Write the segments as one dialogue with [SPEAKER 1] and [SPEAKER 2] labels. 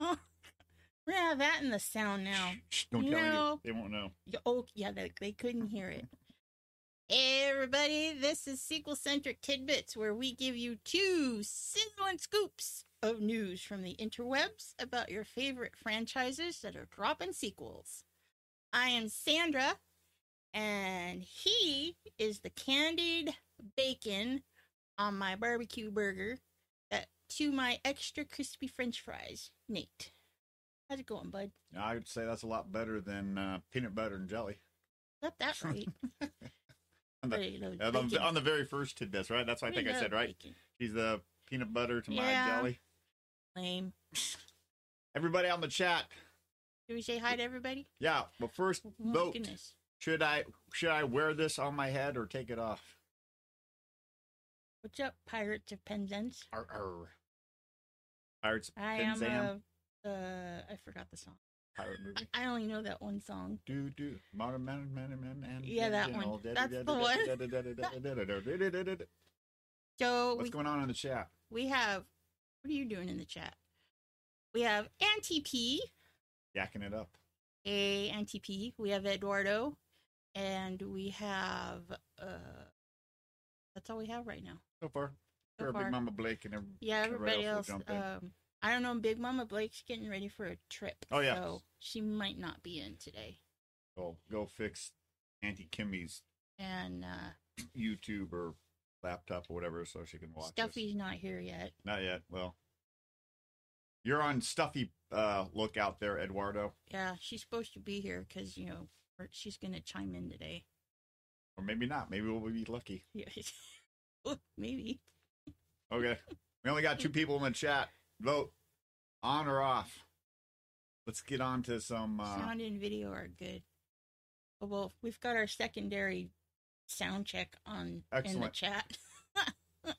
[SPEAKER 1] We're gonna have that in the sound now.
[SPEAKER 2] Shh, don't tell
[SPEAKER 1] No.
[SPEAKER 2] you. They won't know.
[SPEAKER 1] Y- Oh, yeah, they, they couldn't hear it. Hey, everybody, this is Sequel Centric Tidbits, where we give you two sizzling scoops of news from the interwebs about your favorite franchises that are dropping sequels. I am Sandra, and he is the candied bacon on my barbecue burger that, to my extra crispy french fries, Nate. How's it going, bud?
[SPEAKER 2] I would say that's a lot better than uh, peanut butter and jelly.
[SPEAKER 1] Got that right.
[SPEAKER 2] On the-
[SPEAKER 1] Preload
[SPEAKER 2] Uh, On the,
[SPEAKER 1] bacon.
[SPEAKER 2] on the very first tidbits, right? That's what I think I
[SPEAKER 1] Preload
[SPEAKER 2] said, right?
[SPEAKER 1] bacon.
[SPEAKER 2] She's the peanut butter to my
[SPEAKER 1] Yeah.
[SPEAKER 2] jelly.
[SPEAKER 1] Lame.
[SPEAKER 2] Everybody on the chat.
[SPEAKER 1] Can we say hi to everybody?
[SPEAKER 2] Yeah, but first
[SPEAKER 1] Oh my
[SPEAKER 2] vote.
[SPEAKER 1] goodness.
[SPEAKER 2] Should I should I wear this on my head or take it off?
[SPEAKER 1] What's up, Pirates of Penzance?
[SPEAKER 2] Arr, arr. Pirates of
[SPEAKER 1] I am
[SPEAKER 2] Penzance
[SPEAKER 1] a. Uh, I forgot the song.
[SPEAKER 2] pirate movie.
[SPEAKER 1] I only know that one song.
[SPEAKER 2] Do do modern man man man and
[SPEAKER 1] Yeah, that one. That's the one.
[SPEAKER 2] one.
[SPEAKER 1] So
[SPEAKER 2] What's
[SPEAKER 1] we,
[SPEAKER 2] going on in the chat?
[SPEAKER 1] we have. What are you doing in the chat? We have Auntie P.
[SPEAKER 2] Yacking it up.
[SPEAKER 1] a NTP. We have Eduardo, and we have uh, that's all we have right now.
[SPEAKER 2] So far,
[SPEAKER 1] So
[SPEAKER 2] for
[SPEAKER 1] far.
[SPEAKER 2] Big Mama Blake and every-
[SPEAKER 1] Yeah, everybody
[SPEAKER 2] Everybody else
[SPEAKER 1] else.
[SPEAKER 2] will jump in.
[SPEAKER 1] um, I don't know. Big Mama Blake's getting ready for a trip.
[SPEAKER 2] Oh, yeah.
[SPEAKER 1] so she might not be in today.
[SPEAKER 2] go go fix Auntie Kimmy's
[SPEAKER 1] And uh,
[SPEAKER 2] YouTube or laptop or whatever, so she can watch. us.
[SPEAKER 1] Stuffy's not here yet.
[SPEAKER 2] Not yet. Well, you're on stuffy uh, lookout there, Eduardo,
[SPEAKER 1] Yeah, she's supposed to be here because you know her- she's gonna chime in today.
[SPEAKER 2] or maybe not. Maybe we'll be lucky.
[SPEAKER 1] Yeah, Oh, maybe.
[SPEAKER 2] Okay, we only got two people in the chat. Vote on or off. Let's get on to some. Uh,
[SPEAKER 1] Sound and video are good. Oh, well, we've got our secondary sound check on in the
[SPEAKER 2] Excellent.
[SPEAKER 1] chat.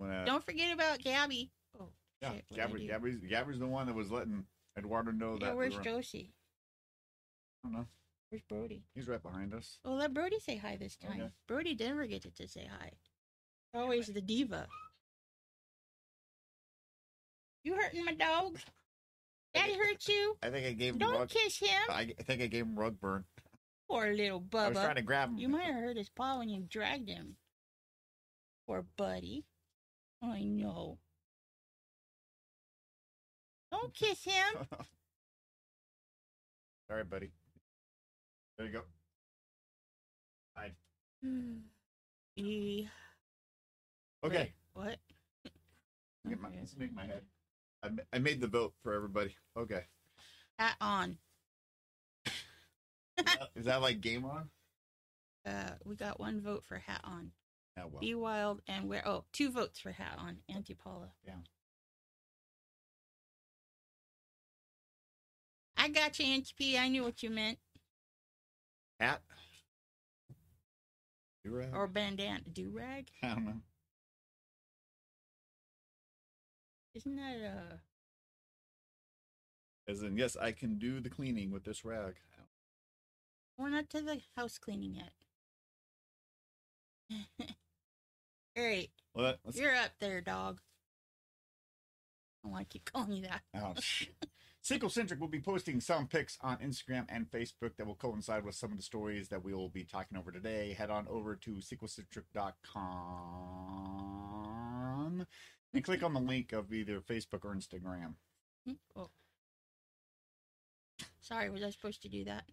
[SPEAKER 2] wanna-
[SPEAKER 1] Don't forget about Gabby. Oh,
[SPEAKER 2] uh, yeah,
[SPEAKER 1] shit, what'd I
[SPEAKER 2] Gabby,
[SPEAKER 1] do?
[SPEAKER 2] Gabby's, Gabby's the one that was letting Eduardo know
[SPEAKER 1] Yeah,
[SPEAKER 2] that. we
[SPEAKER 1] where's
[SPEAKER 2] were-
[SPEAKER 1] Josie?
[SPEAKER 2] I don't know.
[SPEAKER 1] Where's Brody?
[SPEAKER 2] He's right behind us.
[SPEAKER 1] Oh, let Brody say hi this time.
[SPEAKER 2] Okay.
[SPEAKER 1] Brody never gets to say hi. Always the diva. You hurting my dog? Daddy hurt you?
[SPEAKER 2] I think I gave him.
[SPEAKER 1] Don't
[SPEAKER 2] rug-
[SPEAKER 1] kiss him.
[SPEAKER 2] I, I think I gave him rug burn.
[SPEAKER 1] Poor little
[SPEAKER 2] I was trying
[SPEAKER 1] Bubba.
[SPEAKER 2] to grab him.
[SPEAKER 1] You might have hurt his paw when you dragged him. Poor buddy. I know. Don't kiss him.
[SPEAKER 2] All right, buddy. There you go.
[SPEAKER 1] Eh,
[SPEAKER 2] Okay.
[SPEAKER 1] What?
[SPEAKER 2] Get my,
[SPEAKER 1] Okay.
[SPEAKER 2] let's make my head. I, ma- I made the vote for everybody. Okay.
[SPEAKER 1] Hat on.
[SPEAKER 2] Is that- Is that like game on?
[SPEAKER 1] Uh, we got one vote for hat on.
[SPEAKER 2] Oh, well.
[SPEAKER 1] Be wild and wear. Oh, two votes for hat on. Auntie Paula.
[SPEAKER 2] Yeah.
[SPEAKER 1] I got you, Auntie P. I knew what you meant.
[SPEAKER 2] Hat? You're right.
[SPEAKER 1] Or bandana, do rag.
[SPEAKER 2] I don't know.
[SPEAKER 1] Isn't that uh?
[SPEAKER 2] As in, yes, I can do the cleaning with this rag.
[SPEAKER 1] We're not to the house cleaning yet. All right,
[SPEAKER 2] Well, that- let's,
[SPEAKER 1] you're up there, dog. I want to keep calling you that.
[SPEAKER 2] Oh, sh- Sequel Centric will be posting some pics on Instagram and Facebook that will coincide with some of the stories that we will be talking over today. Head on over to sequelcentric.com and click on the link of either Facebook or Instagram.
[SPEAKER 1] Hmm? Oh. Sorry, was I supposed to do that?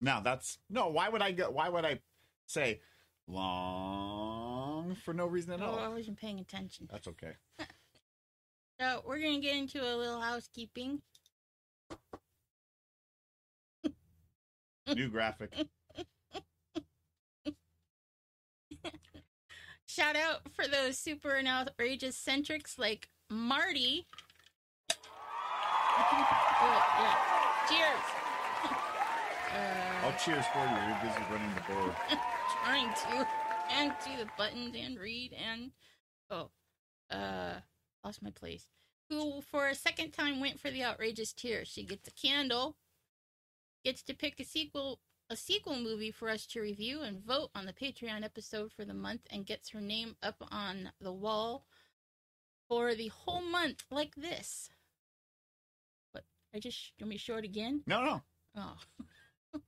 [SPEAKER 2] Now that's no. Why would I go? Why would I say long for no reason at
[SPEAKER 1] No, I
[SPEAKER 2] all?
[SPEAKER 1] wasn't paying attention.
[SPEAKER 2] That's okay.
[SPEAKER 1] So we're gonna get into a little housekeeping.
[SPEAKER 2] New graphic.
[SPEAKER 1] Shout out for those super and outrageous centrics like Marty. oh, yeah. Cheers. uh,
[SPEAKER 2] I'll cheers for you. You're busy running the board.
[SPEAKER 1] trying to and do the buttons and read and oh uh lost my place who for a second time went for the outrageous tear she gets a candle gets to pick a sequel a sequel movie for us to review and vote on the patreon episode for the month and gets her name up on the wall for the whole month like this what i just let me to show it again
[SPEAKER 2] No, no.
[SPEAKER 1] oh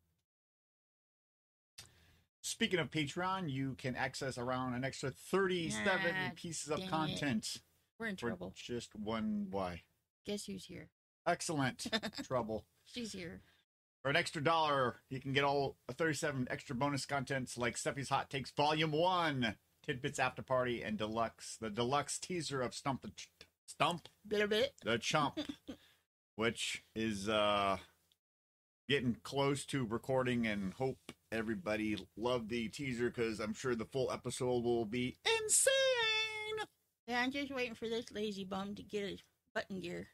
[SPEAKER 2] Speaking of Patreon, you can access around an extra 37
[SPEAKER 1] Ah,
[SPEAKER 2] pieces of
[SPEAKER 1] dang it.
[SPEAKER 2] content
[SPEAKER 1] we're in
[SPEAKER 2] for
[SPEAKER 1] trouble
[SPEAKER 2] just one Y.
[SPEAKER 1] guess who's here
[SPEAKER 2] Excellent. Trouble.
[SPEAKER 1] she's here
[SPEAKER 2] For an extra dollar, you can get all 37 extra bonus contents like Steffi's Hot Takes Volume 1, Tidbits After Party, and Deluxe. The Deluxe teaser of Stump the, Ch- Stump
[SPEAKER 1] bit a bit
[SPEAKER 2] the Chump, which is uh, getting close to recording and hope everybody loved the teaser because I'm sure the full episode will be insane.
[SPEAKER 1] Yeah, I'm just waiting for this lazy bum to get his button gear.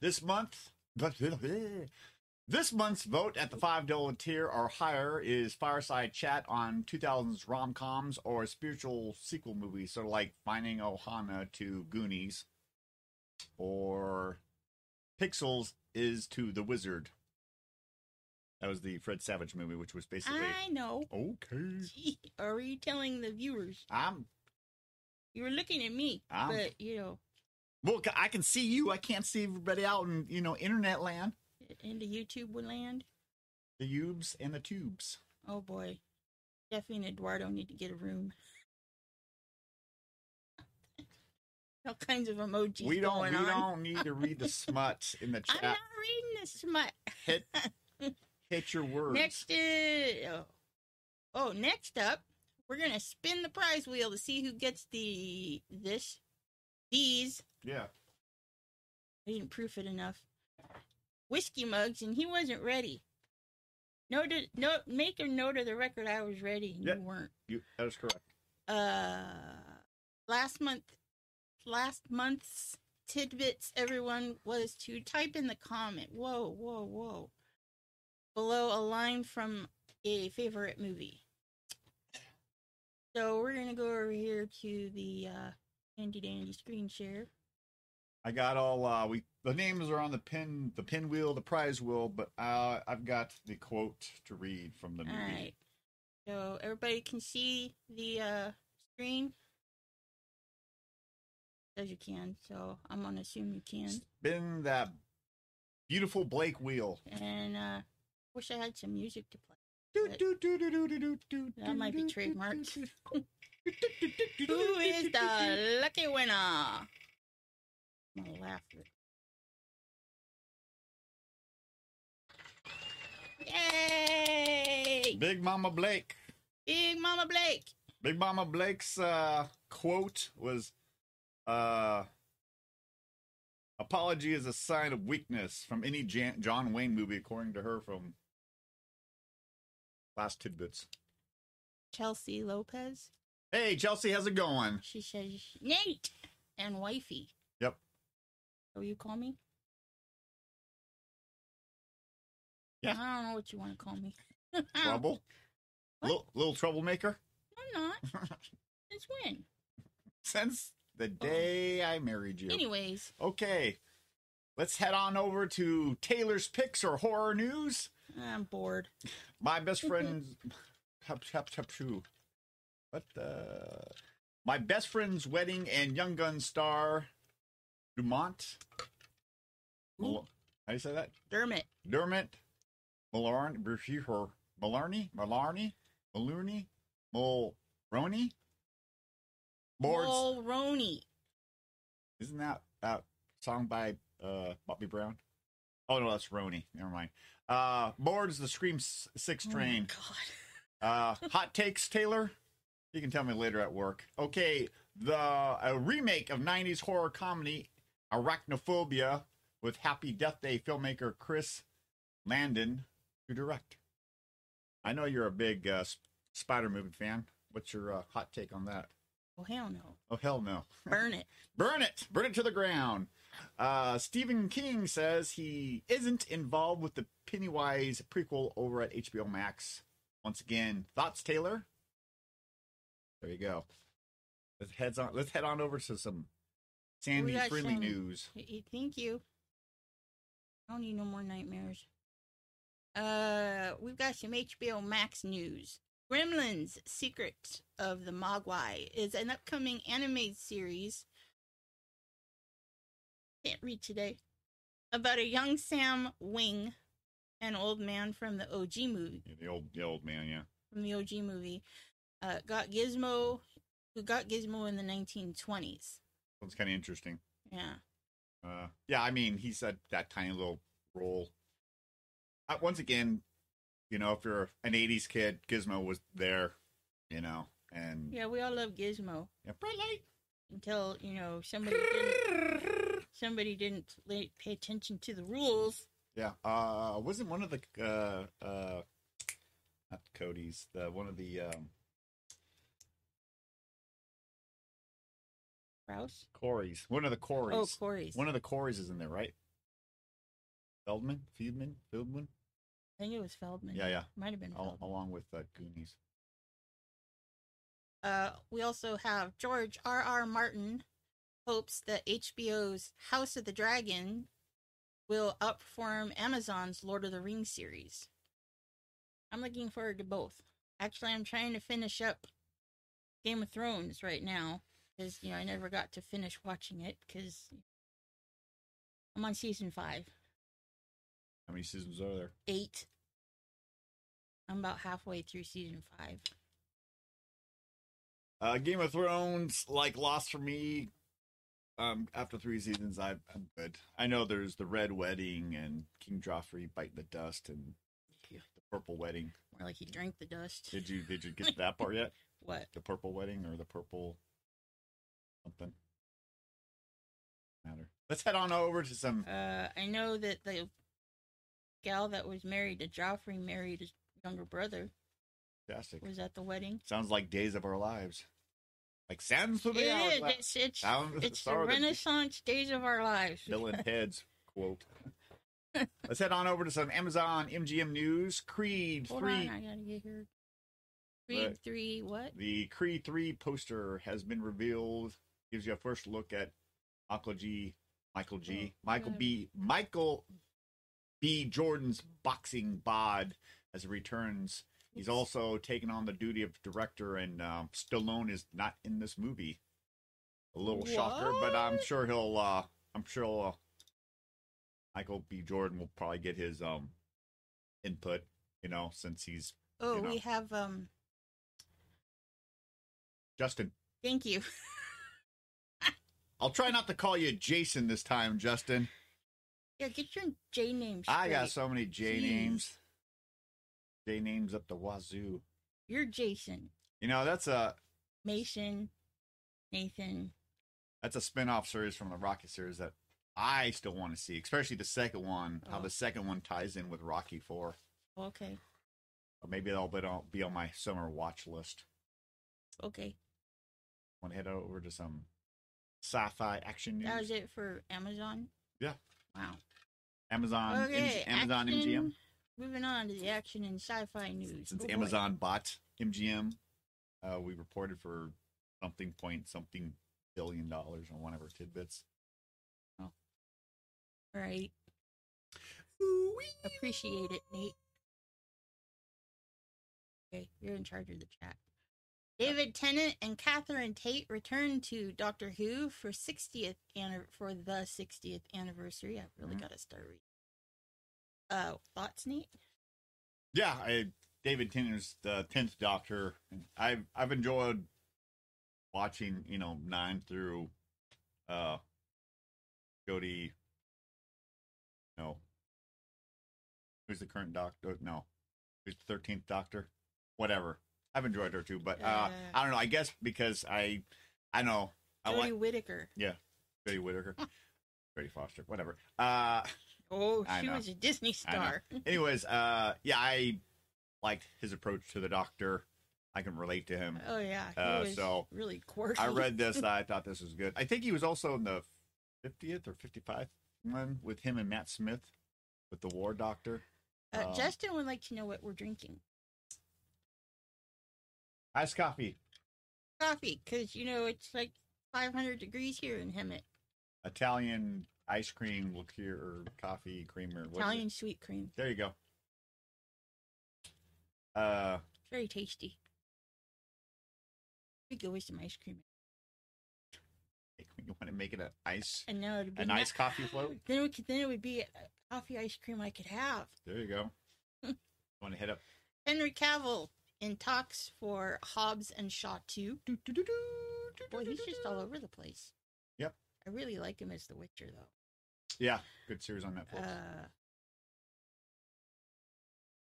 [SPEAKER 2] This month, this month's vote at the five dollar tier or higher is Fireside Chat on 2000s rom coms or spiritual sequel movies, sort of like Finding Ohana to Goonies, or Pixels is to The Wizard. That was the Fred Savage movie, which was basically
[SPEAKER 1] I know.
[SPEAKER 2] okay.
[SPEAKER 1] Gee, Are you telling the viewers?
[SPEAKER 2] I'm
[SPEAKER 1] You were looking at me,
[SPEAKER 2] I'm-
[SPEAKER 1] but you know,
[SPEAKER 2] well. I can see you. I can't see everybody out in you know internet land.
[SPEAKER 1] into YouTube land.
[SPEAKER 2] The Ubes and the Tubes.
[SPEAKER 1] Oh boy, Jeffy and Eduardo need to get a room. All kinds of emojis
[SPEAKER 2] we don't
[SPEAKER 1] going
[SPEAKER 2] we
[SPEAKER 1] on.
[SPEAKER 2] don't need to read the smut in the
[SPEAKER 1] I'm
[SPEAKER 2] chat.
[SPEAKER 1] not reading this smut.
[SPEAKER 2] Hit hit your words.
[SPEAKER 1] Next is oh. oh, next up, we're gonna spin the prize wheel to see who gets the this these
[SPEAKER 2] Yeah.
[SPEAKER 1] I didn't proof it enough. Whiskey mugs, and he wasn't ready. No, to, no, make a note of the record. I was ready, and
[SPEAKER 2] Yep.
[SPEAKER 1] you weren't.
[SPEAKER 2] You that is correct.
[SPEAKER 1] Uh, last month, last month's tidbits, everyone was to type in the comment. Whoa, whoa, whoa! Below a line from a favorite movie. So we're gonna go over here to the uh, handy dandy screen share.
[SPEAKER 2] I got all uh we the names are on the pin the pinwheel, the prize wheel, but uh I've got the quote to read from the
[SPEAKER 1] All
[SPEAKER 2] movie.
[SPEAKER 1] right. So everybody can see the uh, screen. Says you can, so I'm gonna assume you can.
[SPEAKER 2] Spin that beautiful Blake wheel.
[SPEAKER 1] And uh, wish I had some music to play.
[SPEAKER 2] Do,
[SPEAKER 1] That-
[SPEAKER 2] do, do, do, do, do, do, do,
[SPEAKER 1] That might be
[SPEAKER 2] do, do,
[SPEAKER 1] trademarked.
[SPEAKER 2] do, do, do,
[SPEAKER 1] Who is
[SPEAKER 2] do, do, do, do.
[SPEAKER 1] the lucky winner? I'm gonna laugh. at it. Yay!
[SPEAKER 2] Big Mama Blake?
[SPEAKER 1] Big Mama Blake.
[SPEAKER 2] Big Mama Blake's uh, quote was uh, Apology is a sign of weakness from any Jan- John Wayne movie, according to her from Last Tidbits.
[SPEAKER 1] Chelsea Lopez.
[SPEAKER 2] Hey, Chelsea, how's it going?
[SPEAKER 1] She says, Nate and wifey.
[SPEAKER 2] Yep.
[SPEAKER 1] Will you call me?
[SPEAKER 2] Yeah.
[SPEAKER 1] I don't know what you want to call me.
[SPEAKER 2] Trouble? Little, little troublemaker?
[SPEAKER 1] I'm not. Since when?
[SPEAKER 2] Since the day I married you.
[SPEAKER 1] Anyways,
[SPEAKER 2] Okay, let's head on over to Taylor's Picks or Horror News.
[SPEAKER 1] I'm bored.
[SPEAKER 2] My best friend's Hup, hup, hup, shoo. What the? My best friend's wedding and Young Gun star Dumont. Mal- How do you say that?
[SPEAKER 1] Dermot.
[SPEAKER 2] Dermot Malarney, Malarney, Malarney, Maloney, Mulroney. Boards.
[SPEAKER 1] Mulroney.
[SPEAKER 2] Isn't that that song by uh Bobby Brown? Oh no, that's Roney. Never mind. Uh, boards the Scream S- Six train.
[SPEAKER 1] Oh, God.
[SPEAKER 2] Uh, hot takes, Taylor. You can tell me later at work. Okay, the a remake of '90s horror comedy Arachnophobia with Happy Death Day filmmaker Chris Landon to direct. I know you're a big uh, sp- Spider movie fan. What's your uh, hot take on that?
[SPEAKER 1] Oh, hell no.
[SPEAKER 2] Oh hell no!
[SPEAKER 1] Burn it.
[SPEAKER 2] Burn it! Burn it to the ground. Uh, Stephen King says he isn't involved with the Pennywise prequel over at HBO Max. Once again, thoughts, Taylor? There you go. Let's heads on. Let's head on over to some Sandy
[SPEAKER 1] got
[SPEAKER 2] Freely
[SPEAKER 1] some-
[SPEAKER 2] news.
[SPEAKER 1] Y- y- Thank you. I don't need no more nightmares. Uh, we've got some HBO Max news. Gremlins: Secret of the Mogwai is an upcoming anime series. Can't read today. About a young Sam Wing, an old man from the OG movie,
[SPEAKER 2] Yeah, the old, the old man. Yeah.
[SPEAKER 1] from the OG movie, uh, got Gizmo, who got Gizmo in the 1920s.
[SPEAKER 2] That's kind of interesting.
[SPEAKER 1] Yeah.
[SPEAKER 2] Uh, yeah, I mean, he's that that tiny little role. Uh, once again, you know, if you're an '80s kid, Gizmo was there, you know, and
[SPEAKER 1] Yeah, we all love Gizmo.
[SPEAKER 2] Yeah, bright light.
[SPEAKER 1] until you know somebody didn't, somebody didn't pay, pay attention to the rules.
[SPEAKER 2] Yeah, uh, wasn't one of the uh, uh, not Cody's, the one of the um,
[SPEAKER 1] Rouse?
[SPEAKER 2] Corey's, one of the Corey's,
[SPEAKER 1] Oh, Corey's.
[SPEAKER 2] one of the Corey's is in there, right? Feldman, Feldman, Feldman.
[SPEAKER 1] I think it was Feldman.
[SPEAKER 2] Yeah, yeah.
[SPEAKER 1] Might have been
[SPEAKER 2] Al-
[SPEAKER 1] Feldman.
[SPEAKER 2] along with uh, Goonies.
[SPEAKER 1] Uh, we also have George R. R. Martin hopes that HBO's House of the Dragon will outperform Amazon's Lord of the Rings series. I'm looking forward to both. Actually, I'm trying to finish up Game of Thrones right now because you know I never got to finish watching it because I'm on season five.
[SPEAKER 2] How many seasons are there?
[SPEAKER 1] eight. I'm about halfway through season five.
[SPEAKER 2] Uh, Game of Thrones, like lost for me. Um, after three seasons, I, I'm good. I know there's the Red Wedding and King Joffrey biting the dust and the Purple Wedding.
[SPEAKER 1] More like he drank the dust.
[SPEAKER 2] Did you did you get to that part yet?
[SPEAKER 1] What?
[SPEAKER 2] The Purple Wedding or the Purple something? Matter. Let's head on over to some.
[SPEAKER 1] Uh, I know that the gal that was married to Joffrey married his younger brother.
[SPEAKER 2] Fantastic.
[SPEAKER 1] Was at the wedding.
[SPEAKER 2] Sounds like Days of Our Lives. Like sounds to
[SPEAKER 1] It
[SPEAKER 2] the
[SPEAKER 1] is.
[SPEAKER 2] hourglass.
[SPEAKER 1] It's it's,
[SPEAKER 2] Sounds-
[SPEAKER 1] it's the
[SPEAKER 2] sorry to-
[SPEAKER 1] Renaissance days of our lives.
[SPEAKER 2] Bill and Ted's quote. Let's head on over to some Amazon MGM news. Creed
[SPEAKER 1] Hold on,
[SPEAKER 2] three.
[SPEAKER 1] I gotta get here. Creed
[SPEAKER 2] Right.
[SPEAKER 1] three. What?
[SPEAKER 2] The Creed three poster has been revealed. Gives you a first look at Michael G. Michael G.
[SPEAKER 1] Oh,
[SPEAKER 2] Michael
[SPEAKER 1] God.
[SPEAKER 2] B. Michael B. Jordan's boxing bod as he returns. He's also taken on the duty of director, and um, Stallone is not in this movie. A little shocker, but I'm
[SPEAKER 1] What?
[SPEAKER 2] sure he'll. Uh, I'm sure uh, Michael B. Jordan will probably get his um input. You know, since he's
[SPEAKER 1] Oh,
[SPEAKER 2] you know.
[SPEAKER 1] we have um.
[SPEAKER 2] Justin.
[SPEAKER 1] Thank you.
[SPEAKER 2] I'll try not to call you Jason this time, Justin.
[SPEAKER 1] Yeah, get your J name.
[SPEAKER 2] I got
[SPEAKER 1] straight.
[SPEAKER 2] so many J
[SPEAKER 1] Jeez.
[SPEAKER 2] names. J names up the wazoo.
[SPEAKER 1] You're Jason,
[SPEAKER 2] You know, that's a
[SPEAKER 1] Mason, Nathan.
[SPEAKER 2] that's a spin-off series from the Rocky series that I still want to see, especially the second one, how
[SPEAKER 1] Oh.
[SPEAKER 2] the second one ties in with Rocky 4.
[SPEAKER 1] Okay.
[SPEAKER 2] Or maybe that'll be on, be on my summer watch list.
[SPEAKER 1] Okay.
[SPEAKER 2] Want to head over to some sci-fi action news.
[SPEAKER 1] That was it for Amazon.
[SPEAKER 2] Mm. Yeah.
[SPEAKER 1] Wow.
[SPEAKER 2] Amazon MG
[SPEAKER 1] okay.
[SPEAKER 2] Amazon
[SPEAKER 1] action-
[SPEAKER 2] MGM.
[SPEAKER 1] Moving on to the action and sci-fi news.
[SPEAKER 2] since
[SPEAKER 1] Oh, boy.
[SPEAKER 2] Amazon bought MGM, uh, we reported for something point something billion dollars on one of our tidbits.
[SPEAKER 1] All right. Appreciate it, Nate. Okay, you're in charge of the chat. David Tennant and Catherine Tate return to Doctor Who for 60th anni- for the 60th anniversary. I really
[SPEAKER 2] Mhm.
[SPEAKER 1] got to start reading. Uh, thoughts, Nate?
[SPEAKER 2] Yeah, I, David Tennant's the tenth Doctor. and I've I've enjoyed watching you know nine through uh Jody. No, who's the current Doctor? No, who's the thirteenth Doctor? Whatever. I've enjoyed her too, but uh,
[SPEAKER 1] Uh.
[SPEAKER 2] I don't know. I guess because I I know I
[SPEAKER 1] Jodie
[SPEAKER 2] like
[SPEAKER 1] Whittaker.
[SPEAKER 2] Jodie Whittaker, Jodie Foster, whatever. Uh,
[SPEAKER 1] Oh,
[SPEAKER 2] I
[SPEAKER 1] she
[SPEAKER 2] know.
[SPEAKER 1] was a Disney
[SPEAKER 2] I know.
[SPEAKER 1] star.
[SPEAKER 2] anyways, uh, yeah, I liked his approach to the Doctor. I can relate to him.
[SPEAKER 1] Oh yeah, he
[SPEAKER 2] Uh,
[SPEAKER 1] was
[SPEAKER 2] so,
[SPEAKER 1] really quirky.
[SPEAKER 2] I read this. I thought this was good. I think he was also in the 50th or 55th one with him and Matt Smith with the War Doctor.
[SPEAKER 1] Uh,
[SPEAKER 2] Um,
[SPEAKER 1] Justin would like to know what we're drinking.
[SPEAKER 2] Iced coffee.
[SPEAKER 1] Coffee, because you know it's like 500 degrees here in Hemet.
[SPEAKER 2] Italian ice cream liqueur coffee creamer. what is it?
[SPEAKER 1] Italian sweet cream,
[SPEAKER 2] There you go. Uh,
[SPEAKER 1] It's very tasty. We could always some ice cream,
[SPEAKER 2] you want to make it an ice
[SPEAKER 1] and now it'd be
[SPEAKER 2] an
[SPEAKER 1] ni-
[SPEAKER 2] iced coffee float?
[SPEAKER 1] Then we could, then it would be a coffee ice cream I could have.
[SPEAKER 2] There you go. want to hit up?
[SPEAKER 1] Henry Cavill in talks for Hobbs and Shaw 2. Boy, he's just all over the place.
[SPEAKER 2] Yep.
[SPEAKER 1] I really like him as The Witcher, though.
[SPEAKER 2] Yeah, good series on Netflix.
[SPEAKER 1] Uh,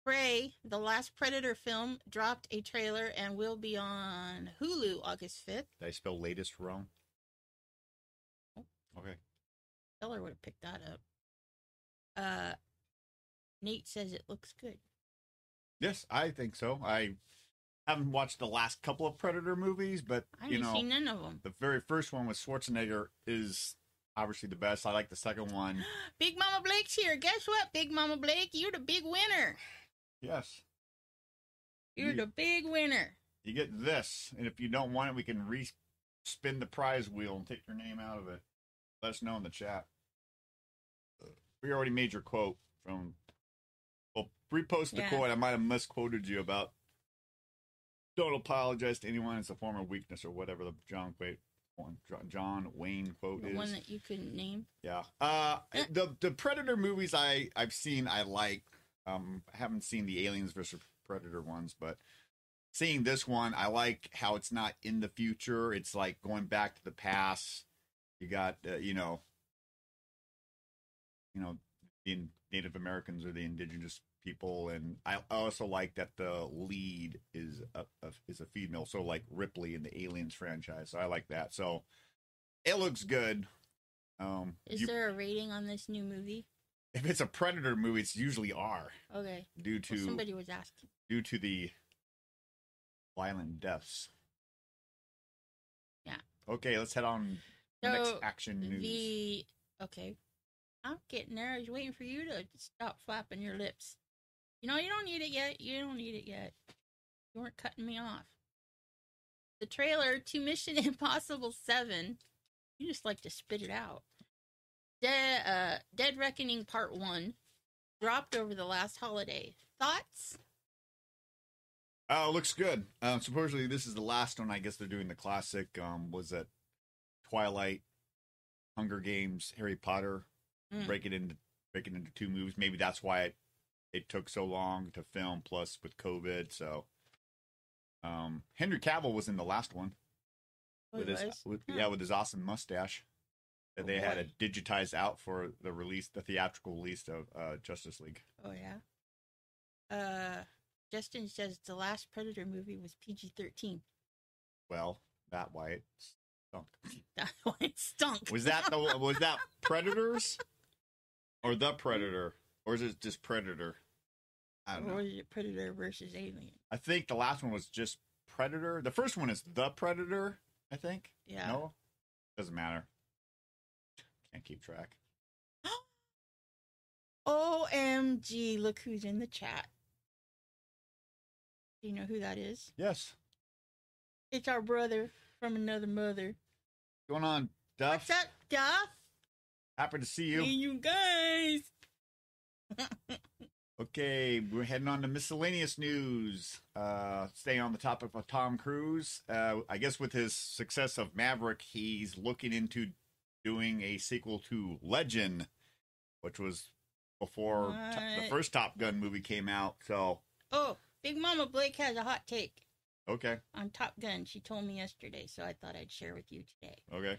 [SPEAKER 1] Prey, the last Predator film, dropped a trailer and will be on Hulu August 5th.
[SPEAKER 2] Did I spell latest wrong? Okay.
[SPEAKER 1] Eller would have picked that up. Uh, Nate says it looks good.
[SPEAKER 2] Yes, I think so. I haven't watched the last couple of Predator movies, but
[SPEAKER 1] I
[SPEAKER 2] you
[SPEAKER 1] haven't
[SPEAKER 2] know,
[SPEAKER 1] seen none of them.
[SPEAKER 2] the very first one with Schwarzenegger is obviously the best. I like the second one.
[SPEAKER 1] Big Mama Blake's here. Guess what, Big Mama Blake? You're the big winner.
[SPEAKER 2] Yes.
[SPEAKER 1] You're
[SPEAKER 2] Yeah.
[SPEAKER 1] the big winner.
[SPEAKER 2] You get this, and if you don't want it, we can re spin the prize wheel and take your name out of it. Let us know in the chat. We already made your quote from. Well, repost the
[SPEAKER 1] Yeah.
[SPEAKER 2] quote. I might have misquoted you about. Don't apologize to anyone. It's a form of weakness or whatever the John Wayne, John Wayne quote
[SPEAKER 1] The
[SPEAKER 2] Oh, is.
[SPEAKER 1] one that you couldn't name.
[SPEAKER 2] Yeah. Uh,
[SPEAKER 1] Eh.
[SPEAKER 2] the the Predator movies I I've seen I like. Um, I haven't seen the Aliens versus Predator ones, but seeing this one, I like how it's not in the future. It's like going back to the past. You got uh, you know, you know, in Native Americans or the indigenous people, and I also like that the lead is a, a is a female. So like Ripley in the Aliens franchise, so I like that. So it looks good. Um,
[SPEAKER 1] Is
[SPEAKER 2] you-
[SPEAKER 1] there a rating on this new movie?
[SPEAKER 2] if it's a predator movie, it's usually R
[SPEAKER 1] Okay.
[SPEAKER 2] due
[SPEAKER 1] Well,
[SPEAKER 2] to
[SPEAKER 1] somebody was asking.
[SPEAKER 2] due to the violent deaths.
[SPEAKER 1] Yeah.
[SPEAKER 2] Okay, let's head on to next
[SPEAKER 1] So
[SPEAKER 2] action news.
[SPEAKER 1] the okay. I'm getting there. I was waiting for you to stop flapping your lips. You know, you don't need it yet. You don't need it yet. You weren't cutting me off. The trailer to Mission Impossible 7. You just like to spit it out. Dead, uh, Dead Reckoning Part 1 dropped over the last holiday. Thoughts?
[SPEAKER 2] Oh, looks good. Um, supposedly this is the last one. I guess they're doing the classic. Um, was that Twilight, Hunger Games, Harry Potter?
[SPEAKER 1] Mm.
[SPEAKER 2] Break it into break it into two movies. Maybe that's why it it took so long to film. Plus with COVID, so um, Henry Cavill was in the last one.
[SPEAKER 1] Oh,
[SPEAKER 2] with
[SPEAKER 1] it
[SPEAKER 2] his uh,
[SPEAKER 1] was?
[SPEAKER 2] with,
[SPEAKER 1] Huh.
[SPEAKER 2] yeah with his awesome mustache that they had
[SPEAKER 1] Boy.
[SPEAKER 2] it digitized out for the release the theatrical release of uh, Justice League.
[SPEAKER 1] Oh yeah. Uh, Justin says the last Predator movie was PG thirteen.
[SPEAKER 2] Well, that why it stunk.
[SPEAKER 1] That one stunk.
[SPEAKER 2] Was that the was that Predators or the Predator or is it just Predator? I
[SPEAKER 1] Or
[SPEAKER 2] don't know.
[SPEAKER 1] was it Predator versus Alien?
[SPEAKER 2] I think the last one was just Predator. The first one is the Predator. I think.
[SPEAKER 1] Yeah.
[SPEAKER 2] No, doesn't matter. Can't keep track.
[SPEAKER 1] Omg! Look who's in the chat. Do you know who that is?
[SPEAKER 2] Yes.
[SPEAKER 1] It's our brother from another mother.
[SPEAKER 2] Going on,
[SPEAKER 1] What's
[SPEAKER 2] Duff.
[SPEAKER 1] up, Duff?
[SPEAKER 2] Happy to see you.
[SPEAKER 1] Hey, you guys.
[SPEAKER 2] Okay, we're heading on to miscellaneous news. Uh, staying on the topic of Tom Cruise, uh, I guess with his success of Maverick, he's looking into doing a sequel to Legend, which was before t- the
[SPEAKER 1] What?
[SPEAKER 2] first Top Gun movie came out. So,
[SPEAKER 1] Oh, Big Mama Blake has a hot take
[SPEAKER 2] okay,
[SPEAKER 1] on Top Gun. She told me yesterday, so I thought I'd share with you today.
[SPEAKER 2] okay,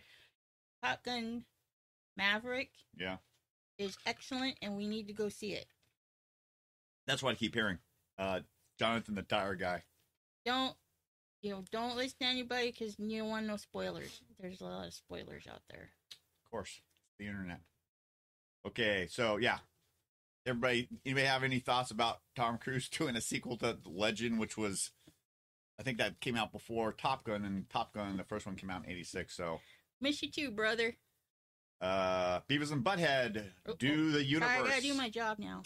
[SPEAKER 1] Top Gun Maverick
[SPEAKER 2] yeah,
[SPEAKER 1] is excellent and we need to go see it.
[SPEAKER 2] that's what I keep hearing. Uh, Jonathan the Tire Guy.
[SPEAKER 1] Don't you know, don't listen to anybody because you don't want no spoilers. There's a lot of spoilers out there.
[SPEAKER 2] Of course, the internet. Okay, so yeah, everybody, anybody have any thoughts about Tom Cruise doing a sequel to Legend, which was, I think that came out before Top Gun, and Top Gun, the first one came out in '86. So
[SPEAKER 1] Miss you too, brother.
[SPEAKER 2] Uh, Beavis and Butthead
[SPEAKER 1] Oh,
[SPEAKER 2] do the universe.
[SPEAKER 1] Sorry, I gotta do my job now.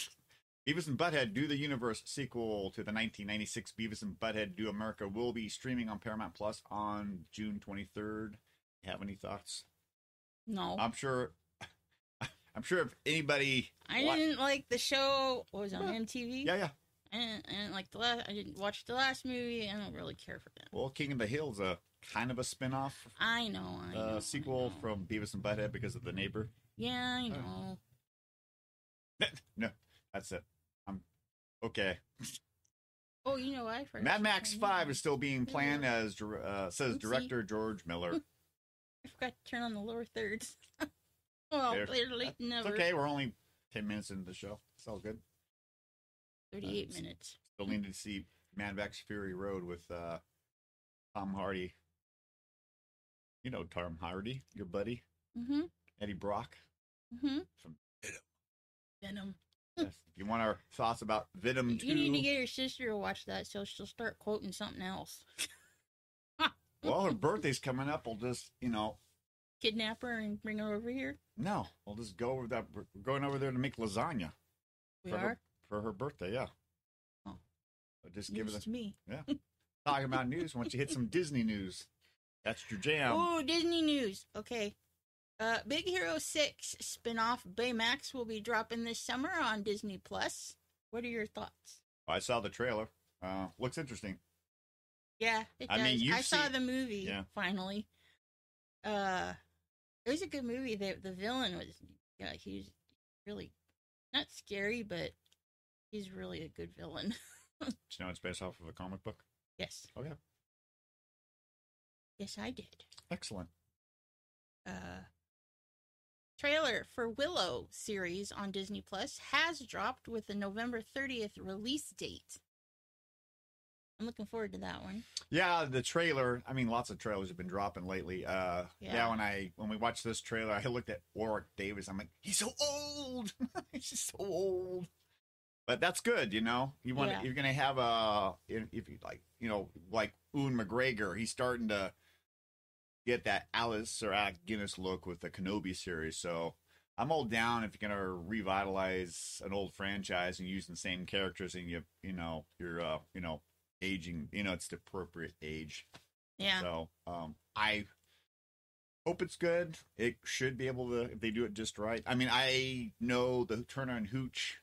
[SPEAKER 2] Beavis and Butthead Do the Universe sequel to the 1996 Beavis and Butthead Do America will be streaming on Paramount Plus on June 23rd. Have any thoughts?
[SPEAKER 1] No,
[SPEAKER 2] I'm sure. I'm sure if anybody.
[SPEAKER 1] I
[SPEAKER 2] wa-
[SPEAKER 1] didn't like the show. What was it, on
[SPEAKER 2] Yeah.
[SPEAKER 1] MTV?
[SPEAKER 2] Yeah, yeah.
[SPEAKER 1] I didn't, I didn't like the last. I didn't watch the last movie. I don't really care for that.
[SPEAKER 2] Well, King of the Hill's a kind of a spin-off
[SPEAKER 1] I know. I know, I
[SPEAKER 2] uh, sequel
[SPEAKER 1] know.
[SPEAKER 2] from Beavis and Butthead because of the neighbor.
[SPEAKER 1] Yeah, I know.
[SPEAKER 2] no, that's it. I'm okay.
[SPEAKER 1] Oh, you know what? I forgot
[SPEAKER 2] Mad
[SPEAKER 1] to
[SPEAKER 2] Max
[SPEAKER 1] turn-
[SPEAKER 2] Five is still being planned
[SPEAKER 1] Yeah.
[SPEAKER 2] as dir- uh, says
[SPEAKER 1] Oopsie.
[SPEAKER 2] director George Miller.
[SPEAKER 1] I forgot to turn on the lower thirds. well,
[SPEAKER 2] There.
[SPEAKER 1] later, late than
[SPEAKER 2] It's
[SPEAKER 1] never.
[SPEAKER 2] okay. We're only ten minutes into the show. It's all good.
[SPEAKER 1] Thirty-eight
[SPEAKER 2] That's-
[SPEAKER 1] minutes.
[SPEAKER 2] Still needed to see Mad Max Fury Road with uh, Tom Hardy. You know Tom Hardy, your buddy
[SPEAKER 1] Mm-hmm.
[SPEAKER 2] Eddie Brock.
[SPEAKER 1] Mm-hmm.
[SPEAKER 2] From
[SPEAKER 1] Venom.
[SPEAKER 2] Yes. If you want our thoughts about Venom Two,
[SPEAKER 1] You need to get your sister to watch that, so she'll start quoting something else.
[SPEAKER 2] well, her birthday's coming up. We'll just you know
[SPEAKER 1] Kidnap her and bring her over here.
[SPEAKER 2] no, we'll just go over that. We're going over there to make lasagna
[SPEAKER 1] We
[SPEAKER 2] for
[SPEAKER 1] are.
[SPEAKER 2] her for her birthday. Yeah.
[SPEAKER 1] Oh.
[SPEAKER 2] Just give
[SPEAKER 1] News
[SPEAKER 2] her the
[SPEAKER 1] to me.
[SPEAKER 2] talking about news. Once you hit some Disney news, that's your jam.
[SPEAKER 1] oh, Disney news. Okay. Uh, Big Hero 6 spin-off Baymax will be dropping this summer on Disney Plus. What are your thoughts?
[SPEAKER 2] I saw the trailer. Uh, looks interesting.
[SPEAKER 1] Yeah, it
[SPEAKER 2] I
[SPEAKER 1] does.
[SPEAKER 2] mean, you've
[SPEAKER 1] I saw
[SPEAKER 2] seen-
[SPEAKER 1] the movie
[SPEAKER 2] Yeah.
[SPEAKER 1] finally. Uh, it was a good movie. The the villain was yeah, he's really not scary, but he's really a good villain.
[SPEAKER 2] Do You know, it's based off of a comic book.
[SPEAKER 1] Yes.
[SPEAKER 2] Oh, yeah.
[SPEAKER 1] Yes, I did.
[SPEAKER 2] Excellent.
[SPEAKER 1] uh, trailer for Willow series on Disney Plus has dropped with a November 30th release date. I'm looking forward to that one.
[SPEAKER 2] Yeah, the trailer. I mean, lots of trailers have been dropping lately. Uh, yeah.
[SPEAKER 1] Yeah.
[SPEAKER 2] When I when we watched this trailer, I looked at Warwick Davis. I'm like, he's so old. he's just so old. But that's good, you know. You want
[SPEAKER 1] Yeah.
[SPEAKER 2] to you're gonna have a if if you like, you know, like Oon McGregor. He's starting to get that Alice or Alec Guinness look with the Kenobi series. So I'm all down if you're gonna revitalize an old franchise and using the same characters and you you know you're uh you know aging you know it's the appropriate age.
[SPEAKER 1] Yeah.
[SPEAKER 2] So um I hope it's good. It should be able to if they do it just right. I mean I know the Turner and Hooch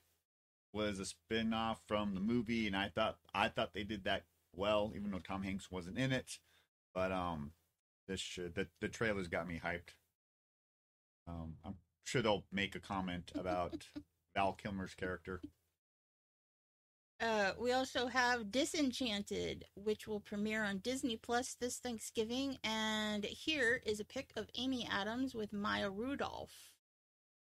[SPEAKER 2] was a spin off from the movie and I thought I thought they did that well, even though Tom Hanks wasn't in it. But um this should the the trailers got me hyped. Um I'm sure they'll make a comment about Val Kilmer's character.
[SPEAKER 1] Uh, we also have Disenchanted, which will premiere on Disney Plus this Thanksgiving. And here is a pic of Amy Adams with Maya Rudolph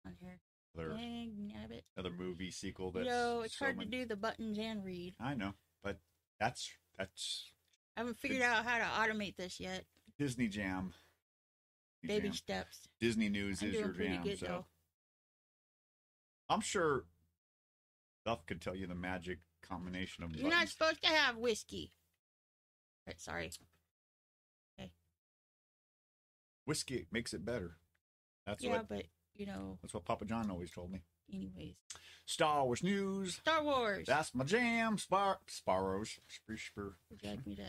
[SPEAKER 1] on here.
[SPEAKER 2] Other
[SPEAKER 1] Dang nabbit.
[SPEAKER 2] another movie sequel Oh, that's
[SPEAKER 1] Yo, it's
[SPEAKER 2] so
[SPEAKER 1] hard
[SPEAKER 2] many-
[SPEAKER 1] to do the buttons and read.
[SPEAKER 2] I know, but that's that's
[SPEAKER 1] I haven't figured out how to automate this yet.
[SPEAKER 2] Disney Jam. Disney
[SPEAKER 1] Baby
[SPEAKER 2] Jam.
[SPEAKER 1] steps.
[SPEAKER 2] Disney News
[SPEAKER 1] I'm
[SPEAKER 2] is
[SPEAKER 1] doing
[SPEAKER 2] your
[SPEAKER 1] pretty
[SPEAKER 2] jam,
[SPEAKER 1] good,
[SPEAKER 2] so
[SPEAKER 1] though.
[SPEAKER 2] I'm sure Duff could tell you the magic combination of
[SPEAKER 1] You're not
[SPEAKER 2] buttons.
[SPEAKER 1] supposed to have whiskey. Uh, Sorry.
[SPEAKER 2] whiskey makes it better. That's
[SPEAKER 1] yeah,
[SPEAKER 2] what
[SPEAKER 1] but you know,
[SPEAKER 2] that's what Papa John always told me.
[SPEAKER 1] anyways.
[SPEAKER 2] Star Wars news.
[SPEAKER 1] Star Wars.
[SPEAKER 2] That's my jam. Spar Sparrows. Spr- spr-
[SPEAKER 1] Would you like me to?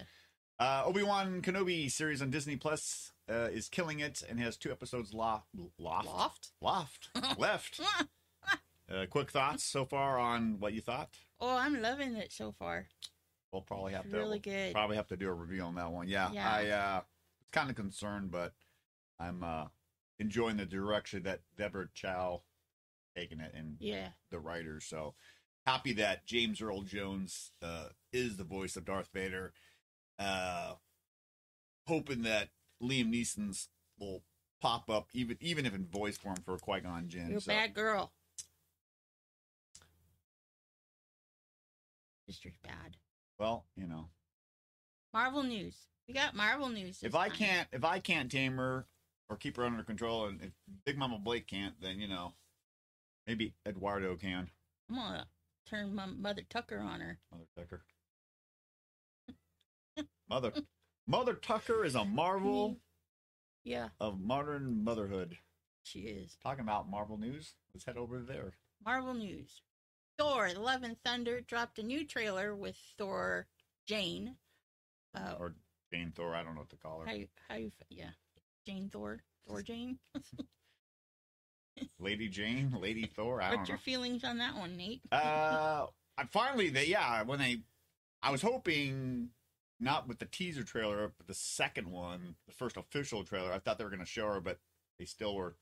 [SPEAKER 2] Uh, Obi Wan Kenobi series on Disney Plus uh, is killing it and has two episodes lo- loft
[SPEAKER 1] Loft?
[SPEAKER 2] loft left.
[SPEAKER 1] Mwah!
[SPEAKER 2] Uh, quick thoughts so far on what you thought.
[SPEAKER 1] Oh, I'm loving it so far.
[SPEAKER 2] We'll probably have
[SPEAKER 1] It's
[SPEAKER 2] to
[SPEAKER 1] really
[SPEAKER 2] we'll
[SPEAKER 1] good.
[SPEAKER 2] probably have to do a review on that one. Yeah,
[SPEAKER 1] Yeah.
[SPEAKER 2] I uh, was kind of concerned, but I'm uh, enjoying the direction that Deborah Chow taking it and
[SPEAKER 1] Yeah.
[SPEAKER 2] the writer. So happy that James Earl Jones uh, is the voice of Darth Vader. Uh, hoping that Liam Neeson's will pop up even even if in voice form for Qui Gon Jinn.
[SPEAKER 1] You're a
[SPEAKER 2] so.
[SPEAKER 1] bad girl. Sister's bad.
[SPEAKER 2] Well, you know.
[SPEAKER 1] Marvel news. We got Marvel news. this
[SPEAKER 2] if I
[SPEAKER 1] time.
[SPEAKER 2] can't if I can't tame her or keep her under control, and if Big Mama Blake can't, then you know maybe Eduardo can.
[SPEAKER 1] I'm gonna turn my mother Tucker on her.
[SPEAKER 2] Mother Tucker. Mother Mother Tucker is a marvel
[SPEAKER 1] Yeah.
[SPEAKER 2] of modern motherhood.
[SPEAKER 1] She is.
[SPEAKER 2] Talking about Marvel news, let's head over there.
[SPEAKER 1] Marvel News. Thor, Love and Thunder dropped a new trailer with Thor Jane. Uh,
[SPEAKER 2] Or Jane Thor, I don't know what to call her.
[SPEAKER 1] how you, how you, f- yeah. Jane Thor. Thor Jane.
[SPEAKER 2] Lady Jane, Lady Thor, I
[SPEAKER 1] What's
[SPEAKER 2] don't know.
[SPEAKER 1] your feelings on that one, Nate?
[SPEAKER 2] uh, I finally they yeah when they, I was hoping not with the teaser trailer but the second one, the first official trailer. I thought they were gonna show her, but they still were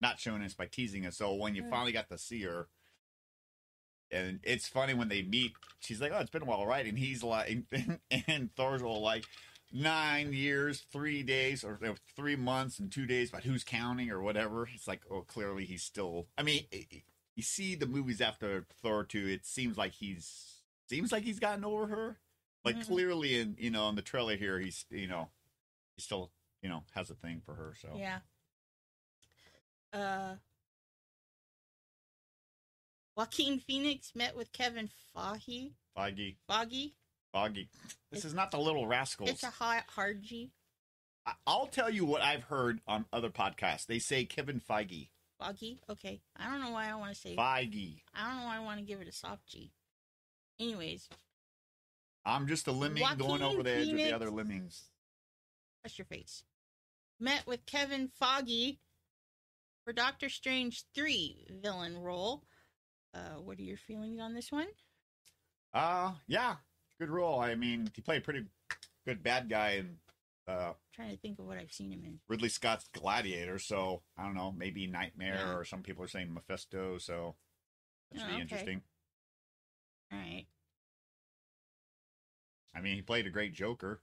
[SPEAKER 2] not showing us by teasing us. So when you
[SPEAKER 1] Right.
[SPEAKER 2] finally got to see her, and it's funny when they meet, she's like, "Oh, it's been a while, right?" And he's like, and, Thor's all like. Nine years, three days, or no, three months and two days, but who's counting or whatever? It's like, oh, clearly he's still. I mean, you see the movies after Thor two, it seems like he's seems like he's gotten over her. Like
[SPEAKER 1] Mhm.
[SPEAKER 2] clearly, in you know, in the trailer here, he's you know, he still you know has a thing for her. So
[SPEAKER 1] Yeah. Uh, Joaquin Phoenix met with Kevin Foggy.
[SPEAKER 2] Foggy,
[SPEAKER 1] Foggy.
[SPEAKER 2] Foggy, this is not the Little Rascals.
[SPEAKER 1] It's a hard, hard G.
[SPEAKER 2] I I'll tell you what I've heard on other podcasts. They say Kevin Feige,
[SPEAKER 1] Foggy. Okay. I don't know why I want to say.
[SPEAKER 2] Feige.
[SPEAKER 1] I don't know why I want to give it a soft G. Anyways,
[SPEAKER 2] I'm just a lemming going
[SPEAKER 1] Joaquin
[SPEAKER 2] over the edge of the
[SPEAKER 1] Phoenix.
[SPEAKER 2] other lemmings.
[SPEAKER 1] that's your face. Met with Kevin Foggy for Doctor Strange three villain role. Uh, what are your feelings on this one?
[SPEAKER 2] Uh yeah, good role. I mean, he played a pretty good bad guy in uh
[SPEAKER 1] trying to think of what I've seen him in.
[SPEAKER 2] Ridley Scott's Gladiator, so I don't know, maybe Nightmare
[SPEAKER 1] Yeah.
[SPEAKER 2] or some people are saying Mephisto, so that should
[SPEAKER 1] Oh,
[SPEAKER 2] be
[SPEAKER 1] okay.
[SPEAKER 2] interesting.
[SPEAKER 1] All right.
[SPEAKER 2] I mean, he played a great Joker.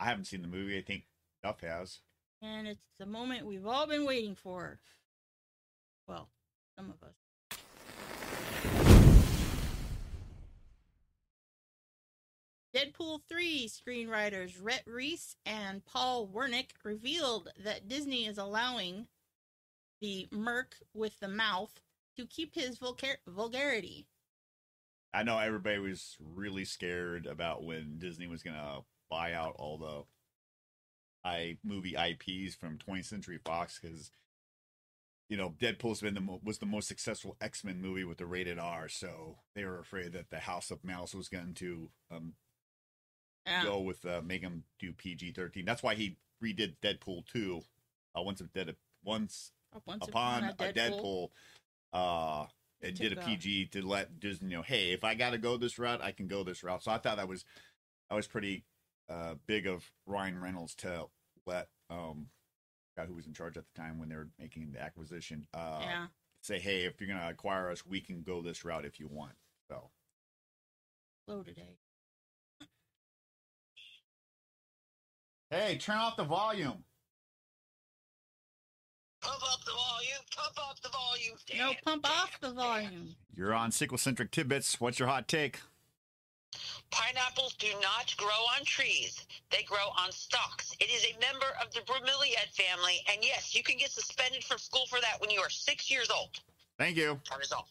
[SPEAKER 2] I haven't seen the movie. I think Duff has.
[SPEAKER 1] And it's the moment we've all been waiting for. Well, some of us. Deadpool 3 screenwriters Rhett Reese and Paul Wernick revealed that Disney is allowing the Merc with the mouth to keep his vulgar- vulgarity.
[SPEAKER 2] I know everybody was really scared about when Disney was going to buy out all the i movie IPs from 20th Century Fox because you know Deadpool's been the mo- was the most successful X Men movie with the rated R, so they were afraid that the House of Mouse was going to um,
[SPEAKER 1] Yeah.
[SPEAKER 2] go with uh, make him do PG thirteen. That's why he redid Deadpool two. Uh, once of dead once
[SPEAKER 1] oh, Once
[SPEAKER 2] upon a Deadpool, uh, and
[SPEAKER 1] took
[SPEAKER 2] did a
[SPEAKER 1] off.
[SPEAKER 2] PG to let Disney know, hey, if I got to go this route, I can go this route. So I thought that was that was pretty uh, big of Ryan Reynolds to let um, God, who was in charge at the time when they were making the acquisition, uh,
[SPEAKER 1] yeah.
[SPEAKER 2] say, hey, if you're gonna acquire us, we can go this route if you want. So
[SPEAKER 1] Slow today.
[SPEAKER 2] hey, turn off the volume.
[SPEAKER 3] Pump up the volume. Pump up the volume.
[SPEAKER 1] No,
[SPEAKER 3] Dan.
[SPEAKER 1] pump off the volume.
[SPEAKER 2] You're on Cyclocentric Tidbits. What's your hot take?
[SPEAKER 3] Pineapples do not grow on trees. They grow on stalks. It is a member of the bromeliad family. And yes, you can get suspended from school for that when you are six years old.
[SPEAKER 2] Thank you.
[SPEAKER 3] That is all.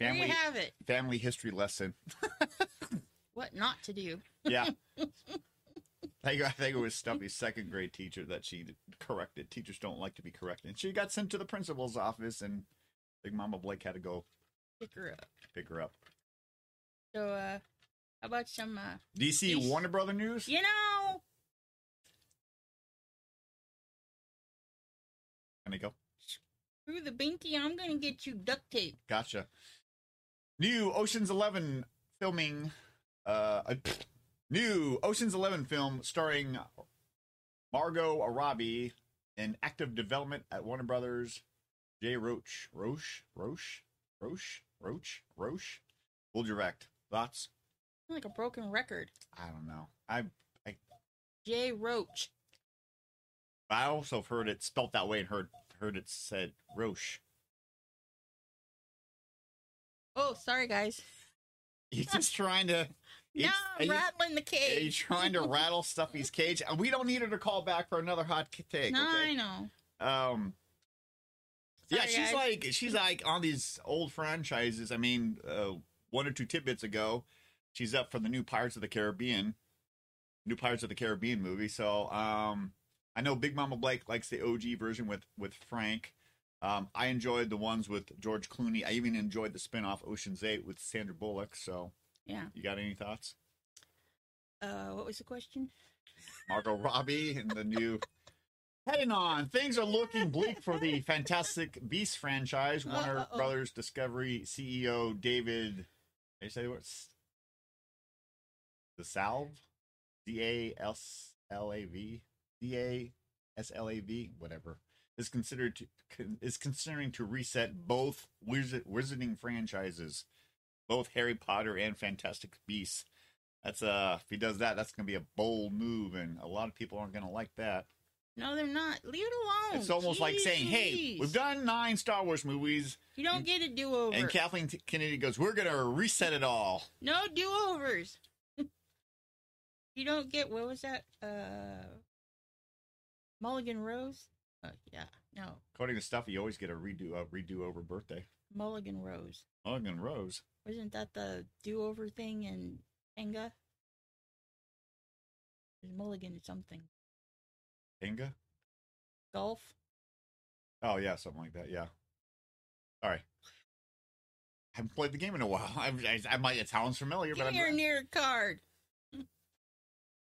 [SPEAKER 1] There
[SPEAKER 2] Family
[SPEAKER 1] you have it.
[SPEAKER 2] family history lesson.
[SPEAKER 1] What not to do.
[SPEAKER 2] Yeah. I think, I think it was Stumpy's second grade teacher that she corrected. Teachers don't like to be corrected. And she got sent to the principal's office, and Big Mama Blake had to go
[SPEAKER 1] Pick her up.
[SPEAKER 2] pick her up.
[SPEAKER 1] So, uh, how about some, uh,
[SPEAKER 2] DC
[SPEAKER 1] Yes.
[SPEAKER 2] Warner Brother news?
[SPEAKER 1] you know,
[SPEAKER 2] Can I go?
[SPEAKER 1] through the binky, I'm gonna get you duct tape.
[SPEAKER 2] Gotcha. New Ocean's Eleven filming. Uh, a, new Ocean's Eleven film starring Margot Robbie in active development at Warner Brothers. Jay Roach, Roche, Roche, Roche, Roche, Roche. Will direct. Thoughts?
[SPEAKER 1] I'm like a broken record.
[SPEAKER 2] I don't know. I
[SPEAKER 1] Jay Roach.
[SPEAKER 2] I also have heard it spelt that way and heard heard it said Roche.
[SPEAKER 1] Oh, sorry, guys.
[SPEAKER 2] He's just trying to.
[SPEAKER 1] No,
[SPEAKER 2] it's-
[SPEAKER 1] I'm
[SPEAKER 2] are you-
[SPEAKER 1] rattling the
[SPEAKER 2] Are you
[SPEAKER 1] cage.
[SPEAKER 2] trying to rattle Stuffy's cage? And we don't need her to call back for another hot k- take.
[SPEAKER 1] No, I
[SPEAKER 2] Okay?
[SPEAKER 1] know.
[SPEAKER 2] Um. yeah,
[SPEAKER 1] Sorry,
[SPEAKER 2] she's
[SPEAKER 1] guys.
[SPEAKER 2] like she's like on these old franchises. I mean, uh, one or two tidbits ago, she's up for the new Pirates of the Caribbean, new Pirates of the Caribbean movie. So, um, I know Big Mama Blake likes the OG version with with Frank. Um, I enjoyed the ones with George Clooney. I even enjoyed the spin-off Ocean's 8 with Sandra Bullock. So,
[SPEAKER 1] Yeah.
[SPEAKER 2] you got any thoughts?
[SPEAKER 1] Uh, what was the question?
[SPEAKER 2] Margot Robbie and the new Heading on, things are looking bleak for the Fantastic Beast franchise. Warner
[SPEAKER 1] Uh-oh.
[SPEAKER 2] Brothers Discovery CEO David, they say what's the Salve, D A S L A V, D A S L A V, whatever is considered to, con- is considering to reset both wizard, wizarding franchises, both Harry Potter and Fantastic Beasts. That's uh, if he does that, that's gonna be a bold move, and a lot of people aren't gonna like that.
[SPEAKER 1] No, they're not. Leave it alone.
[SPEAKER 2] It's almost like saying, "Hey,
[SPEAKER 1] Oh, Jeez.
[SPEAKER 2] we've done nine Star Wars movies,
[SPEAKER 1] You don't get a do over.
[SPEAKER 2] and Kathleen T- Kennedy goes, "We're gonna reset it all."
[SPEAKER 1] no do overs. you don't get what was that? Uh, Mulligan Rose. Uh, yeah, no,
[SPEAKER 2] According to stuff, you always get a redo, a redo over birthday.
[SPEAKER 1] Mulligan Rose.
[SPEAKER 2] Mulligan Rose.
[SPEAKER 1] Wasn't that the do over thing in Tenga? There's Mulligan or something.
[SPEAKER 2] Inga.
[SPEAKER 1] Golf.
[SPEAKER 2] Oh yeah, something like that. Yeah. Sorry. I haven't played the game in a while. I, I, I might. It sounds familiar,
[SPEAKER 1] Give
[SPEAKER 2] but
[SPEAKER 1] me your
[SPEAKER 2] I'm.
[SPEAKER 1] near card.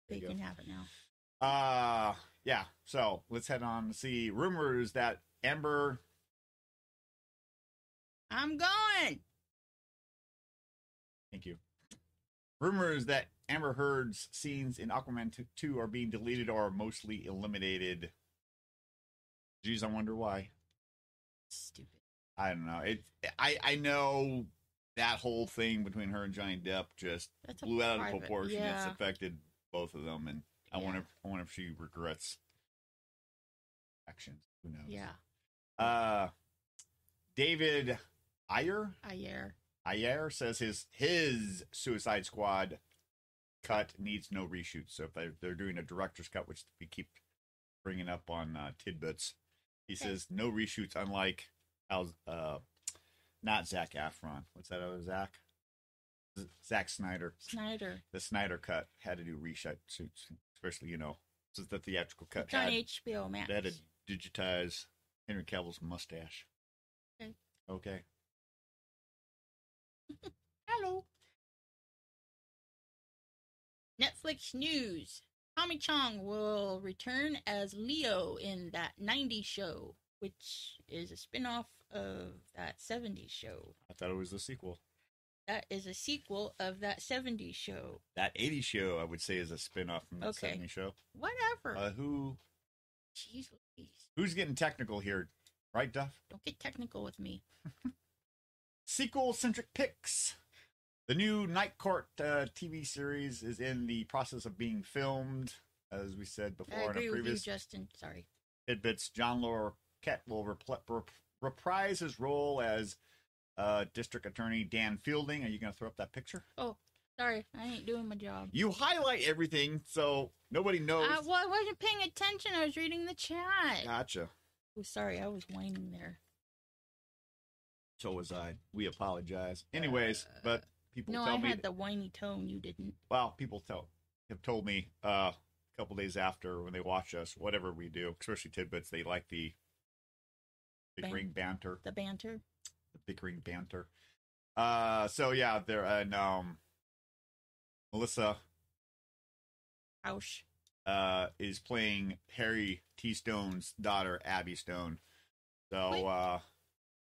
[SPEAKER 1] They
[SPEAKER 2] you
[SPEAKER 1] can have it now.
[SPEAKER 2] Uh yeah. So let's head on to see rumors that Amber
[SPEAKER 1] I'm going.
[SPEAKER 2] Thank you. Rumors that Amber Heard's scenes in Aquaman t- 2 are being deleted or are mostly eliminated. Geez, I wonder why.
[SPEAKER 1] Stupid.
[SPEAKER 2] I don't know. It. I. I know that whole thing between her and Johnny Depp just
[SPEAKER 1] That's a
[SPEAKER 2] blew out
[SPEAKER 1] private-
[SPEAKER 2] of proportion.
[SPEAKER 1] Yeah.
[SPEAKER 2] It's affected both of them, and I
[SPEAKER 1] Yeah.
[SPEAKER 2] wonder. If, I wonder if she regrets actions. Who knows?
[SPEAKER 1] Yeah.
[SPEAKER 2] Uh, David Ayer.
[SPEAKER 1] I air.
[SPEAKER 2] Ayer says his his Suicide Squad cut needs no reshoot. So if they're, they're doing a director's cut, which we keep bringing up on uh, tidbits, he
[SPEAKER 1] Okay.
[SPEAKER 2] says no reshoots. Unlike Al, uh, not Zach Efron. What's that other Zach? Z- Zack Snyder.
[SPEAKER 1] Snyder.
[SPEAKER 2] The Snyder cut had to do reshoot suits, especially you know since the theatrical cut
[SPEAKER 1] It's on
[SPEAKER 2] had
[SPEAKER 1] HBO Max.
[SPEAKER 2] that had digitized Henry Cavill's mustache.
[SPEAKER 1] Okay.
[SPEAKER 2] Okay.
[SPEAKER 1] Hello. Netflix news. Tommy Chong will return as Leo in that 90s show, which is a spin-off of that 70s show.
[SPEAKER 2] I thought it was the sequel.
[SPEAKER 1] That is a sequel of that 70s show.
[SPEAKER 2] that 80 show i would say is a spin-off from the
[SPEAKER 1] Okay.
[SPEAKER 2] 70 show
[SPEAKER 1] Whatever.
[SPEAKER 2] uh, who
[SPEAKER 1] Jeez Louise.
[SPEAKER 2] who's getting technical here right duff
[SPEAKER 1] Don't get technical with me.
[SPEAKER 2] sequel centric picks the new night court uh, tv series is in the process of being filmed as we said
[SPEAKER 1] I
[SPEAKER 2] before
[SPEAKER 1] agree
[SPEAKER 2] in a
[SPEAKER 1] with you,
[SPEAKER 2] previous
[SPEAKER 1] Justin. Sorry.
[SPEAKER 2] tidbits john lorquette will repl- rep- reprise his role as uh, district attorney dan fielding are you going to throw up that picture
[SPEAKER 1] Sorry, I ain't doing my job.
[SPEAKER 2] you highlight everything so nobody knows
[SPEAKER 1] I, well, I wasn't paying attention. I was reading the chat.
[SPEAKER 2] gotcha
[SPEAKER 1] Oh, sorry, I was whining there.
[SPEAKER 2] so was i we apologize anyways but people
[SPEAKER 1] Uh, No,
[SPEAKER 2] tell
[SPEAKER 1] I
[SPEAKER 2] me
[SPEAKER 1] had the whiny tone. You didn't.
[SPEAKER 2] well, people tell have told me uh, a couple days after when they watch us, whatever we do, especially tidbits, they like the bickering banter,
[SPEAKER 1] The banter.
[SPEAKER 2] the bickering banter. Uh, so yeah, there and um, Melissa
[SPEAKER 1] Ouch.
[SPEAKER 2] uh is playing Harry T. Stone's daughter, Abby Stone. So
[SPEAKER 1] Wait.
[SPEAKER 2] uh,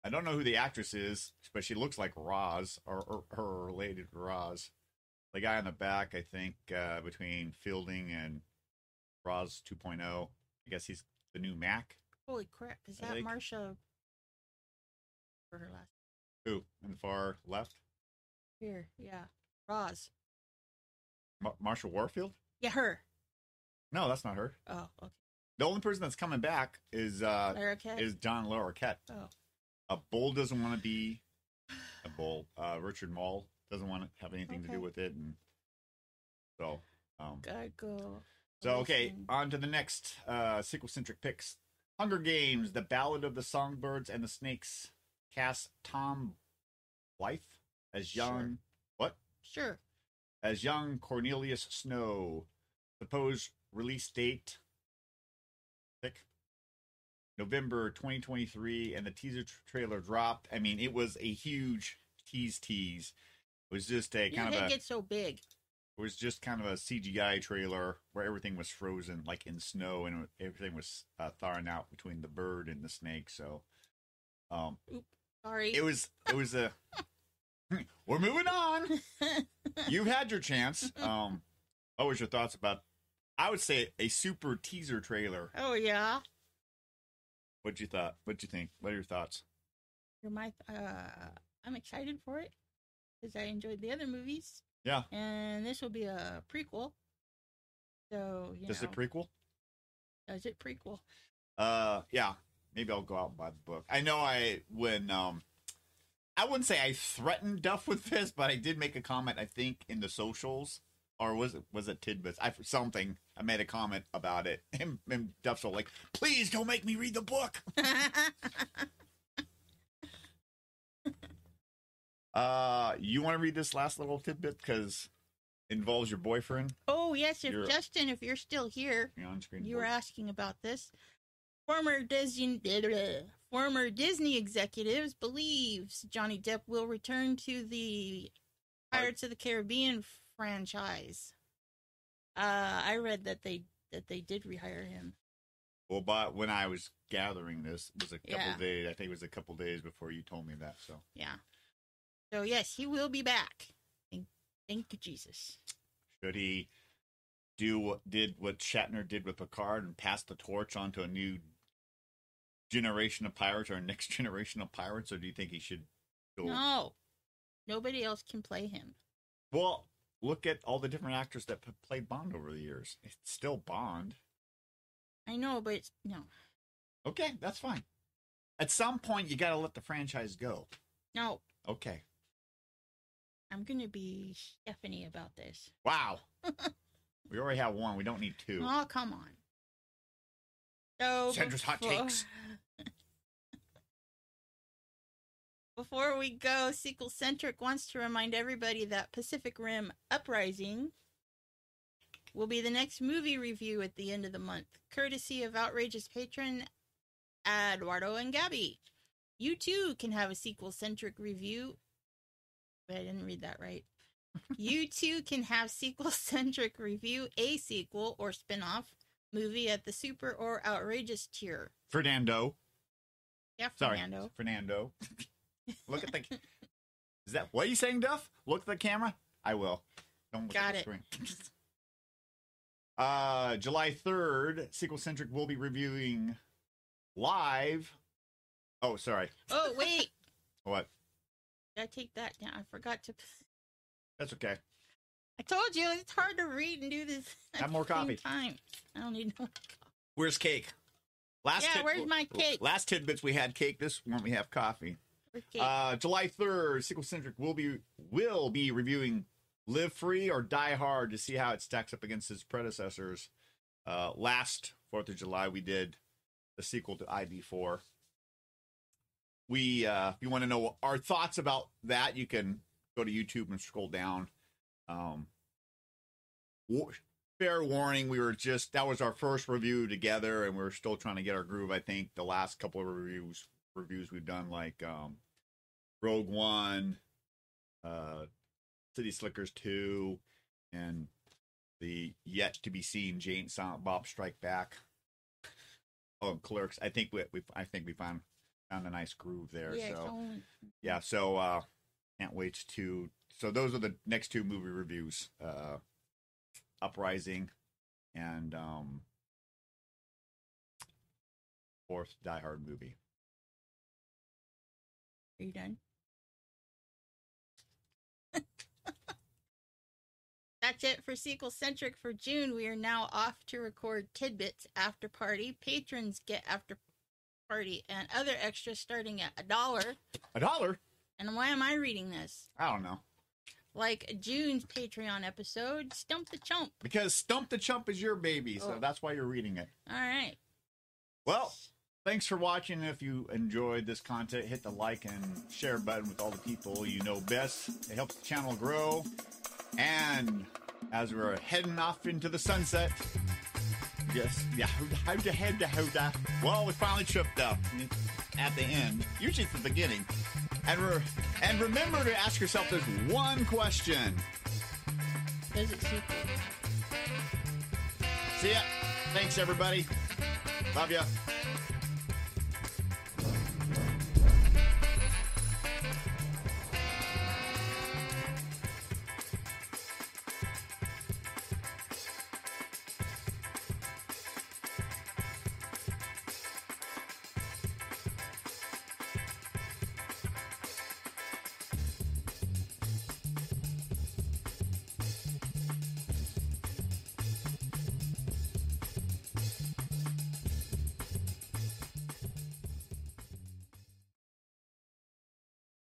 [SPEAKER 2] I don't know who the actress is, but she looks like Roz or, or her related to Roz. The guy in the back, I think, uh, between Fielding and Roz 2.0. I guess he's the new Mac.
[SPEAKER 1] Holy crap! Is
[SPEAKER 2] I
[SPEAKER 1] that
[SPEAKER 2] think-
[SPEAKER 1] Marsha? For her last
[SPEAKER 2] Who in the far left?
[SPEAKER 1] here, yeah. Roz.
[SPEAKER 2] Mar- Marshall Warfield?
[SPEAKER 1] Yeah, her.
[SPEAKER 2] No, that's not her.
[SPEAKER 1] Oh, okay.
[SPEAKER 2] The only person that's coming back is uh,
[SPEAKER 1] Lara Cat.
[SPEAKER 2] is Don Larroquette.
[SPEAKER 1] Oh.
[SPEAKER 2] A bull doesn't want to be a bull. Uh, Richard Mall doesn't want to have anything to
[SPEAKER 1] Okay.
[SPEAKER 2] do with it, and so um,
[SPEAKER 1] Gotta go.
[SPEAKER 2] so okay.
[SPEAKER 1] Listen.
[SPEAKER 2] On to the next uh, sequel centric picks: Hunger Games, The Ballad of the Songbirds and the Snakes. Cast Tom Blythe as
[SPEAKER 1] Sure.
[SPEAKER 2] young what
[SPEAKER 1] Sure.
[SPEAKER 2] as young Cornelius Snow. Proposed release date pick. November 2023, and the teaser tr trailer dropped. I mean, it was a huge tease tease. It was just a
[SPEAKER 1] Your
[SPEAKER 2] kind of
[SPEAKER 1] head
[SPEAKER 2] a
[SPEAKER 1] gets so big.
[SPEAKER 2] it was just kind of a CGI trailer where everything was frozen, like in snow, and everything was uh, thawing out between the bird and the snake. So, um,
[SPEAKER 1] Sorry.
[SPEAKER 2] it was it was a. We're moving on. You've had your chance. Um, what was your thoughts about? I would say a super teaser trailer.
[SPEAKER 1] oh yeah.
[SPEAKER 2] What you thought? What you think? What are your thoughts?
[SPEAKER 1] You're my. Uh, I'm excited for it because I enjoyed the other movies.
[SPEAKER 2] Yeah.
[SPEAKER 1] And this will be a prequel. So you
[SPEAKER 2] Just
[SPEAKER 1] know,
[SPEAKER 2] a prequel?
[SPEAKER 1] is it prequel?
[SPEAKER 2] Uh, yeah. Maybe I'll go out and buy the book. I know I when um, I wouldn't say I threatened Duff with this, but I did make a comment. I think in the socials or was it was it tidbits? I something. I made a comment about it, and, and Duff's all like, "Please don't make me read the book." Uh, you want to read this last little tidbit because involves your boyfriend.
[SPEAKER 1] oh yes, if
[SPEAKER 2] You're-
[SPEAKER 1] Justin, if you're still here,
[SPEAKER 2] Your on-screen.
[SPEAKER 1] you were
[SPEAKER 2] boyfriend.
[SPEAKER 1] asking about this. Former Disney former Disney executives believes Johnny Depp will return to the Pirates of the Caribbean franchise. Uh, I read that they that they did rehire him.
[SPEAKER 2] Well, but when I was gathering this, it was a couple
[SPEAKER 1] Yeah.
[SPEAKER 2] days. I think it was a couple days before you told me that. So
[SPEAKER 1] Yeah. So yes, he will be back. Thank, thank you, Jesus.
[SPEAKER 2] should he do what did what Shatner did with Picard and pass the torch on to a new generation of pirates or next generation of pirates, or do you think he should go?
[SPEAKER 1] No, nobody else can play him.
[SPEAKER 2] Well, look at all the different actors that p- played Bond over the years. It's still Bond.
[SPEAKER 1] I know, but it's, no,
[SPEAKER 2] Okay, that's fine. At some point, you got to let the franchise go.
[SPEAKER 1] no.
[SPEAKER 2] Okay.
[SPEAKER 1] I'm gonna be Stephanie about this.
[SPEAKER 2] Wow. we already have one. We don't need two.
[SPEAKER 1] Oh, come on. So
[SPEAKER 2] Sandra's hot takes.
[SPEAKER 1] Before we go, Sequel Centric wants to remind everybody that Pacific Rim Uprising will be the next movie review at the end of the month, courtesy of outrageous patron Eduardo and Gabby. You too can have a sequel centric review. Wait, I didn't read that right. you too can have sequel centric review a sequel or spin off movie at the super or outrageous tier.
[SPEAKER 2] Fernando.
[SPEAKER 1] Yeah,
[SPEAKER 2] Sorry.
[SPEAKER 1] Fernando.
[SPEAKER 2] Fernando. Look at the. Is that what are you saying, Duff? Look at the camera. I will. Don't look
[SPEAKER 1] Got
[SPEAKER 2] at the
[SPEAKER 1] it.
[SPEAKER 2] screen. uh, July third, Sequel Centric will be reviewing live. Oh, sorry.
[SPEAKER 1] Oh, wait.
[SPEAKER 2] What?
[SPEAKER 1] Did I take that down? I forgot to.
[SPEAKER 2] That's okay.
[SPEAKER 1] I told you it's hard to read and do this. at
[SPEAKER 2] Have more
[SPEAKER 1] the same
[SPEAKER 2] coffee.
[SPEAKER 1] Time. I don't need no.
[SPEAKER 2] Where's cake? Last
[SPEAKER 1] Yeah, where's my cake?
[SPEAKER 2] Last tidbits we had cake. This one we have coffee.
[SPEAKER 1] Okay.
[SPEAKER 2] Uh, July third, Sequel Centric will be will be reviewing Live Free or Die Hard to see how it stacks up against its predecessors. Uh, last Fourth of July, we did the sequel to ID4. We, uh, if you want to know our thoughts about that, you can go to YouTube and scroll down. Um, war- fair warning, we were just that was our first review together, and we were still trying to get our groove. I think the last couple of reviews reviews we've done, like um, Rogue One, uh, City Slickers Two, and the yet to be seen Jane Silent Bob Strike Back. Oh, and Clerks. I think we, we I think we found found a nice groove there.
[SPEAKER 1] yeah,
[SPEAKER 2] so
[SPEAKER 1] it's only-
[SPEAKER 2] yeah so uh can't wait to so those are the next two movie reviews uh uprising and um fourth die hard movie
[SPEAKER 1] Are you done? That's it for Sequel Centric for June. We are now off to record Tidbits After Party. Patrons get After Party and other extras starting at a dollar.
[SPEAKER 2] a dollar
[SPEAKER 1] And why am I reading this?
[SPEAKER 2] i don't know
[SPEAKER 1] Like June's Patreon episode, Stump the Chump.
[SPEAKER 2] because stump the chump is your baby so
[SPEAKER 1] Oh.
[SPEAKER 2] that's why you're reading it
[SPEAKER 1] All right.
[SPEAKER 2] well thanks for watching if you enjoyed this content hit the like and share button with all the people you know best it helps the channel grow and as we're heading off into the sunset Yes. Yeah. How the head to how the. Well, we finally tripped up at the end. Usually it's the beginning. And re- and remember to ask yourself this one question.
[SPEAKER 1] Does it sequel?
[SPEAKER 2] See ya. Thanks everybody. Love ya.